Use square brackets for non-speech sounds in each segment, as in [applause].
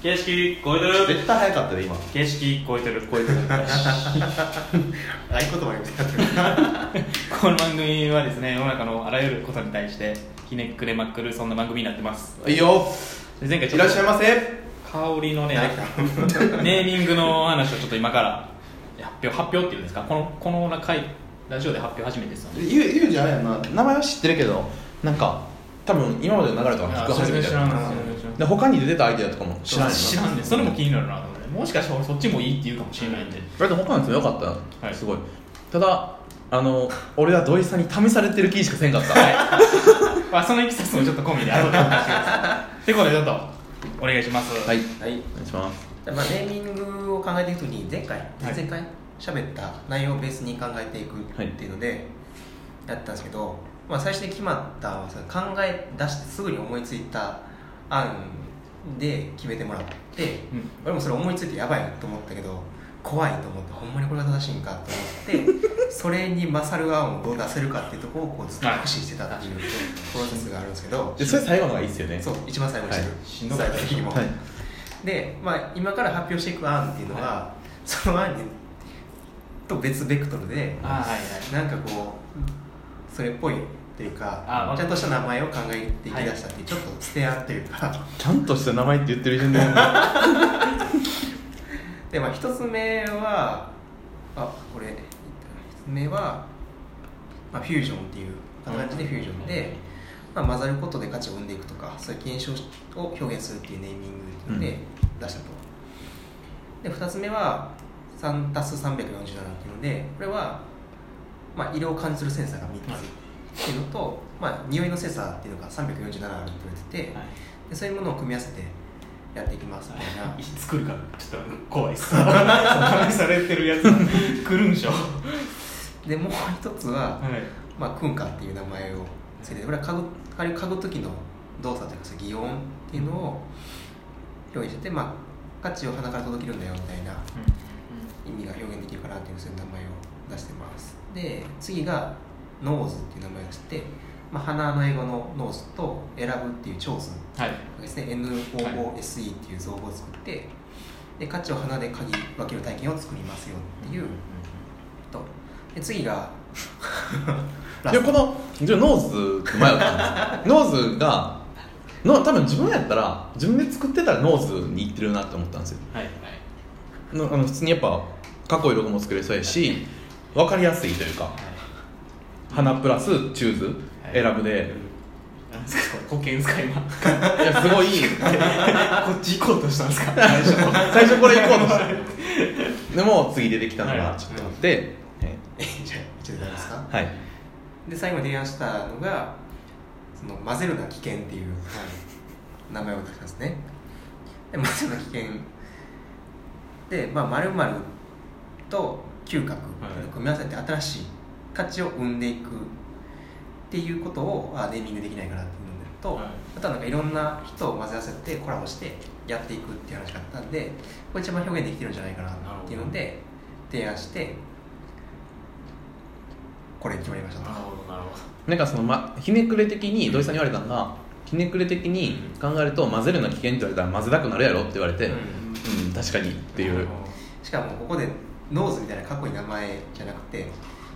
形式超えてる絶対早かったで今合形式超え [laughs] てる超えてる言葉みたいこの番組はですね世の中のあらゆることに対してひねくれまくるそんな番組になってますいいよで前回いちょらっっしゃいとませ香りのね [laughs] ネーミングの話をちょっと今から発表発表っていうんですかこのこの回ラジオで発表初めてですよね言う言うんじゃないよな名前は知ってるけどなんか多分今までの流れとか聞く初めて知やらろんですよで他に出てたアイデアとかも知らない知らんでそれも気になるなと思ってもしかしたら俺そっちもいいって言うかもしれないんでだって他のやつも良かったよ、はいすごいただあの俺は土井さんに試されてる気しかせんかったまあそのいきさつもちょっと込みであろうと思いますと [laughs] いうことでちょっとお願いしますはいはいお願いしますまあ、ネーミングを考えていくときに前回、い前回喋った内容をベースに考えていくっていうのでやったんですけど、まあ、最初に決まったのはその考え出してすぐに思いついた案で決めてもらってうん俺もそれ思いついてやばいと思ったけど怖いと思ってほんまにこれが正しいんかと思って [laughs] それに勝る案をどう出せるかっていうところをこうずっと駆使してたっていうプロセスがあるんですけどでそれ最後のがいいっすよねそう一番最後にしてる、はいしんどかった最終的にも、はいで、まあ、今から発表していく案っていうのは、はその案にと別ベクトルであはいはいなんかこうそれっぽいというあかわかちゃるんとした名前を考えていきだしたっていう、ちょっと捨て案というかちゃんとした名前って言ってる順ではで、まあ、一つ目はあこれ一つ目は、まあ、フュージョンっていう形でフュージョンで、まあ、混ざることで価値を生んでいくとかそういう現象を表現するっていうネーミングで出したと、で2つ目は3足す347っていうのでこれは、まあ、色を感じるセンサーが3はいつっていうのと、まあ、匂いのセンサーっていうのが347あるって言ってて、でそういうものを組み合わせてやっていきますみたいなはい作るかちょっと怖いっす試されてるやつ来るんでしょでもう一つは、はいまあ、クンカっていう名前をつけてこれは嗅ぐあれを嗅ぐ時の動作というかその擬音っていうのを表現してて、まあ、価値を鼻から届けるんだよみたいな意味が表現できるかなっていうそういう名前を出してますで次がノーズっていう名前を出して、まあ、鼻の英語のノーズと選ぶっていうチョーズはいですね NOOSE っていう造語を作って、で価値を鼻で嗅ぎ分ける体験を作りますよっていうとで次がラいでストこのじゃあノーズって迷ったんです [laughs] ノーズがの多分自分やったら自分で作ってたらノーズにいってるなって思ったんですよはいのあの普通にやっぱかっこいいロゴも作れそうやし分かりやすいというか花プラスチューズはい選ぶで、なんですかこれ保険ですか今い、やすごいこっち行こうとしたんですか最初最初これいこうとしてでも次出てきたのはがいちょっとあって、 [laughs] えじゃあちょっと何ですかはいで最後に提案したのがその混ぜるな危険っていう、名前を出したんですねで混ぜるな危険でまあ丸々と嗅覚はい組み合わせて新しい価値を生んでいくっていうことをあネーミングできないかなっていうのと、はいあとはなんかいろんな人を混ぜ合わせてコラボしてやっていくっていう話があったんでこれ一番表現できてるんじゃないかなっていうので提案してこれ決まりましたと。ほどなるほどなんかその、ま、ひねくれ的に土井さんに言われたのがひねくれ的に考えると混ぜるの危険って言われたら混ぜたくなるやろって言われて、うんうん、確かにっていうしかもここでノーズみたいなかっこいい名前じゃなくて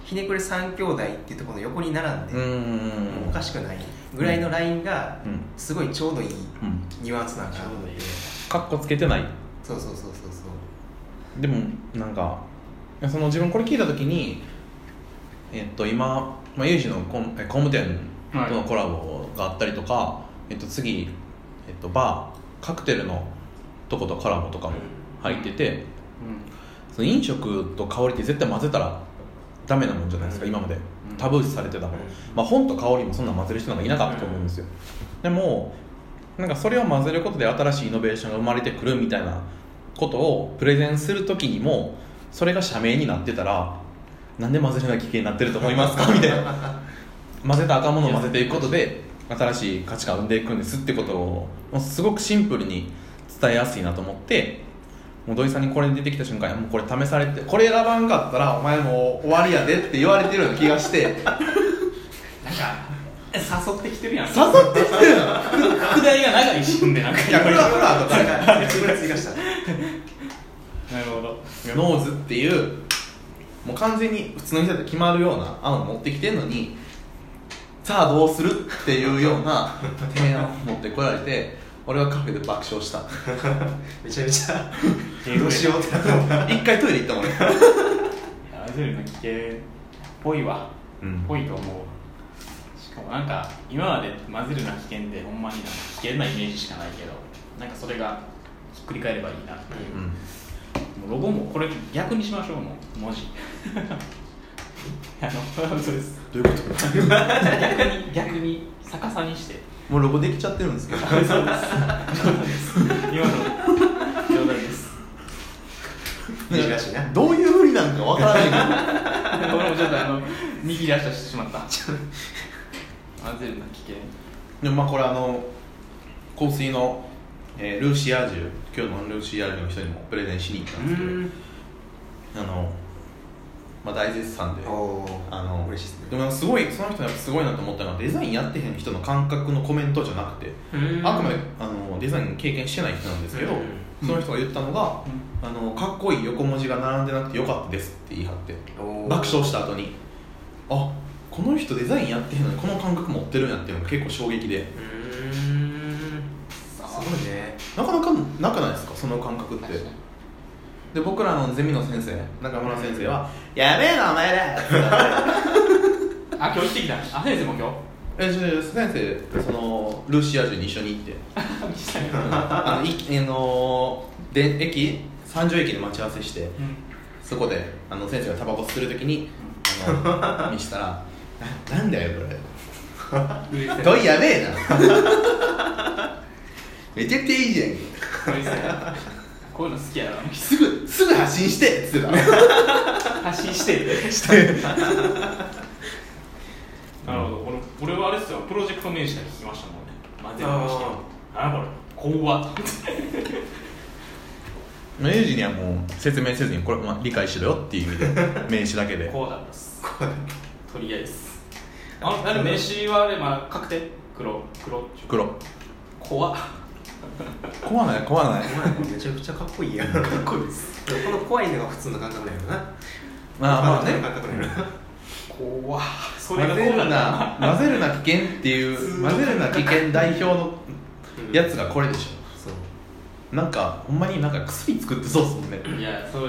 ひねくれ三兄弟っていうところの横に並んで、うーんおかしくないぐらいのラインがうんすごいちょうどいいうんニュアンスなんかなちょうどいいかっこつけてないそうそうそうそうそでもなんかその自分これ聞いた時にえっと今、まあ、有事の工え工務店とのコラボがあったりとか、えっと、次、えっと、バーカクテルのとことコラボとかも入ってて、その飲食と香りって絶対混ぜたらダメなもんじゃないですか、うん今までんタブー視されてたもの、うんまあ、本と香りもそんな混ぜる人なんかいなかったと思うんですよ、でもなんかそれを混ぜることで新しいイノベーションが生まれてくるみたいなことをプレゼンする時にもそれが社名になってたらなんで混ぜるな危険になってると思いますかみたいな混ぜた赤ものを混ぜていくことで新しい価値観を生んでいくんですってことをもうすごくシンプルに伝えやすいなと思ってもう土井さんにこれ出てきた瞬間もうこれ試されてこれ選ばんかったらお前もう終わりやでって言われてるような気がしなてんか誘ってきてるやん誘ってきてる拡大が長いしほんでなんかいやこれはほらとそれかが自分で追加したなるほどノーズっていうもう完全に普通の人だと決まるような案を持ってきてんのにさあどうするっていうような提案を持ってこられて俺はカフェで爆笑しためちゃめちゃ英語でどうしようってなった [laughs] 一回トイレ行ったもんねあずるの危険っぽいわうんぽいと思うわしかもなんか今まで混ぜるな危険でほんまになんか危険なイメージしかないけどなんかそれがひっくり返ればいいなっていう、うんもうロゴもこれ逆にしましょう [laughs] もう文字あのそうですどういうこと逆に逆に逆さにしてもうロゴできちゃってるんですけど [laughs] そうです冗談です今の冗談です難しいなどういうふりなんかわからないけ [laughs] どこれもちょっとあの見切り出してしまった混ぜるな危険でもまあこれあの香水の、えールーシアージュ今日のルーシアージュの人にもプレゼンしに行ったんですけどあの、まあ、大絶賛でおーあの嬉しいですねでもすごいその人やっぱすごいなと思ったのはデザインやってへん人の感覚のコメントじゃなくてあくまであのデザイン経験してない人なんですけど、うんその人が言ったのが、あのかっこいい横文字が並んでなくてよかったですって言い張っておー爆笑した後にあこの人デザインやってへんのにこの感覚持ってるんやっていうのが結構衝撃でうーんすごいねなかなかなくないですかその感覚ってで僕らのゼミの先生中村先生は「やべえなお前ら!」って言われてあ今日行ってきたあ先生も今日えじゃあ先生そのルーシア中に一緒に行って [laughs] あのいあ [laughs] ので駅三条駅で待ち合わせしてそこであの先生がタバコ吸ってる時にあの見したら「ななんだよこれ」うるせえ問いやべえな [laughs] めちゃくちゃいいじゃんうるせえこういうの好きやなすぐすぐ発信してっつってた発信してるしてなるほど俺俺はあれですよプロジェクト名詞だけ聞きましたもんね混ぜるな危険なんだこれ怖っ明治にはもう説明せずにこれ、まあ、理解しろよっていう意 [laughs] 味で名詞だけでこうだったっすとりあえずあのあれ名刺はあれまあ確定黒黒黒怖っ壊ない壊ないお前めちゃくちゃかっこいいやんかっこいいですこの怖いのが普通の感覚なんやろなまあまあ他の人の [laughs] ね感覚なんやろな怖っそ混れがぜこうるだな混ぜるな危険っていう混ぜるな危険代表のやつがこれでしそうょなんかほんまになんか薬作ってそうっすもんねいやそうよ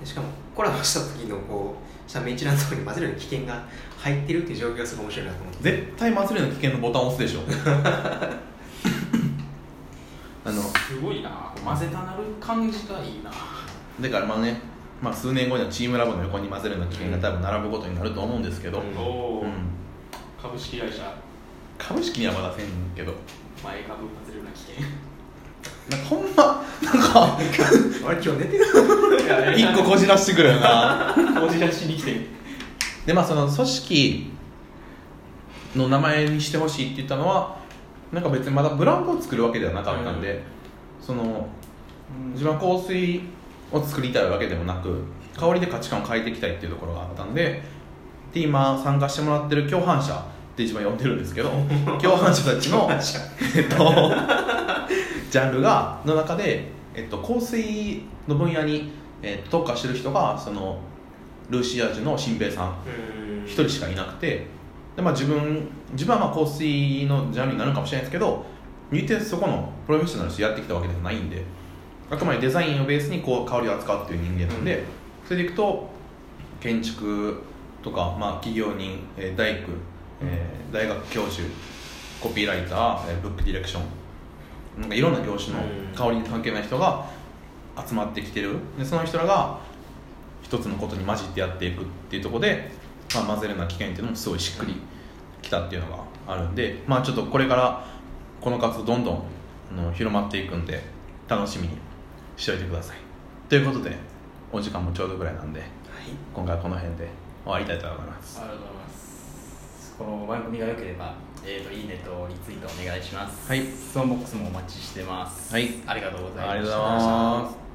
でしかもコラボした時のこう社名一覧のところに混ぜるのに危険が入ってるっていう状況がすごい面白いなと思って絶対混ぜるな危険のボタン押すでし [laughs] ょあのすごいな混ぜたなる感じがいいなだからまあね、まあ、数年後にはチームラボの横に混ぜるような危険が多分並ぶことになると思うんですけど、うんおお、うん株式会社株式にはまだせんけど前株混ぜるな危なんかほんまなんかあれ今日寝てる険一個こじらしてくるよなこじらしに来てるでまあその組織の名前にしてほしいって言ったのはなんか別にまだブランドを作るわけではなかったんで、その自分は香水を作りたいわけでもなく香りで価値観を変えていきたいっていうところがあったんでで今参加してもらってる共犯者って自分は呼んでるんですけど共犯者たちのえっと [laughs] ジャンルがの中で、えっと、香水の分野に、えっと、特化してる人がそのルーシアージュの新兵さんうん一人しかいなくてで、まあ、自分自分はまあ香水のジャンルになるかもしれないですけど入店そこのプロフェッショナルとしてやってきたわけではないんであくまでデザインをベースにこう香りを扱うっていう人間なんで、それでいくと建築とか、まあ、企業人、えー大工、えー大学教授コピーライター、えーブックディレクションなんかいろんな業種の香りに関係ない人が集まってきてるでその人らが一つのことに混じってやっていくっていうところで、まあ、混ぜるような危険っていうのもすごいしっくりきたっていうのがあるんで、まあ、ちょっとこれからこの活動どんどんあの広まっていくんで楽しみにしておいてくださいということでお時間もちょうどぐらいなんではい今回はこの辺で終わりたいと思いますありがとうございますこの番組が良ければ、えー、といいねとリツイートお願いしますはい質問ボックスもお待ちしてますはいありがとうございましたありがとうございます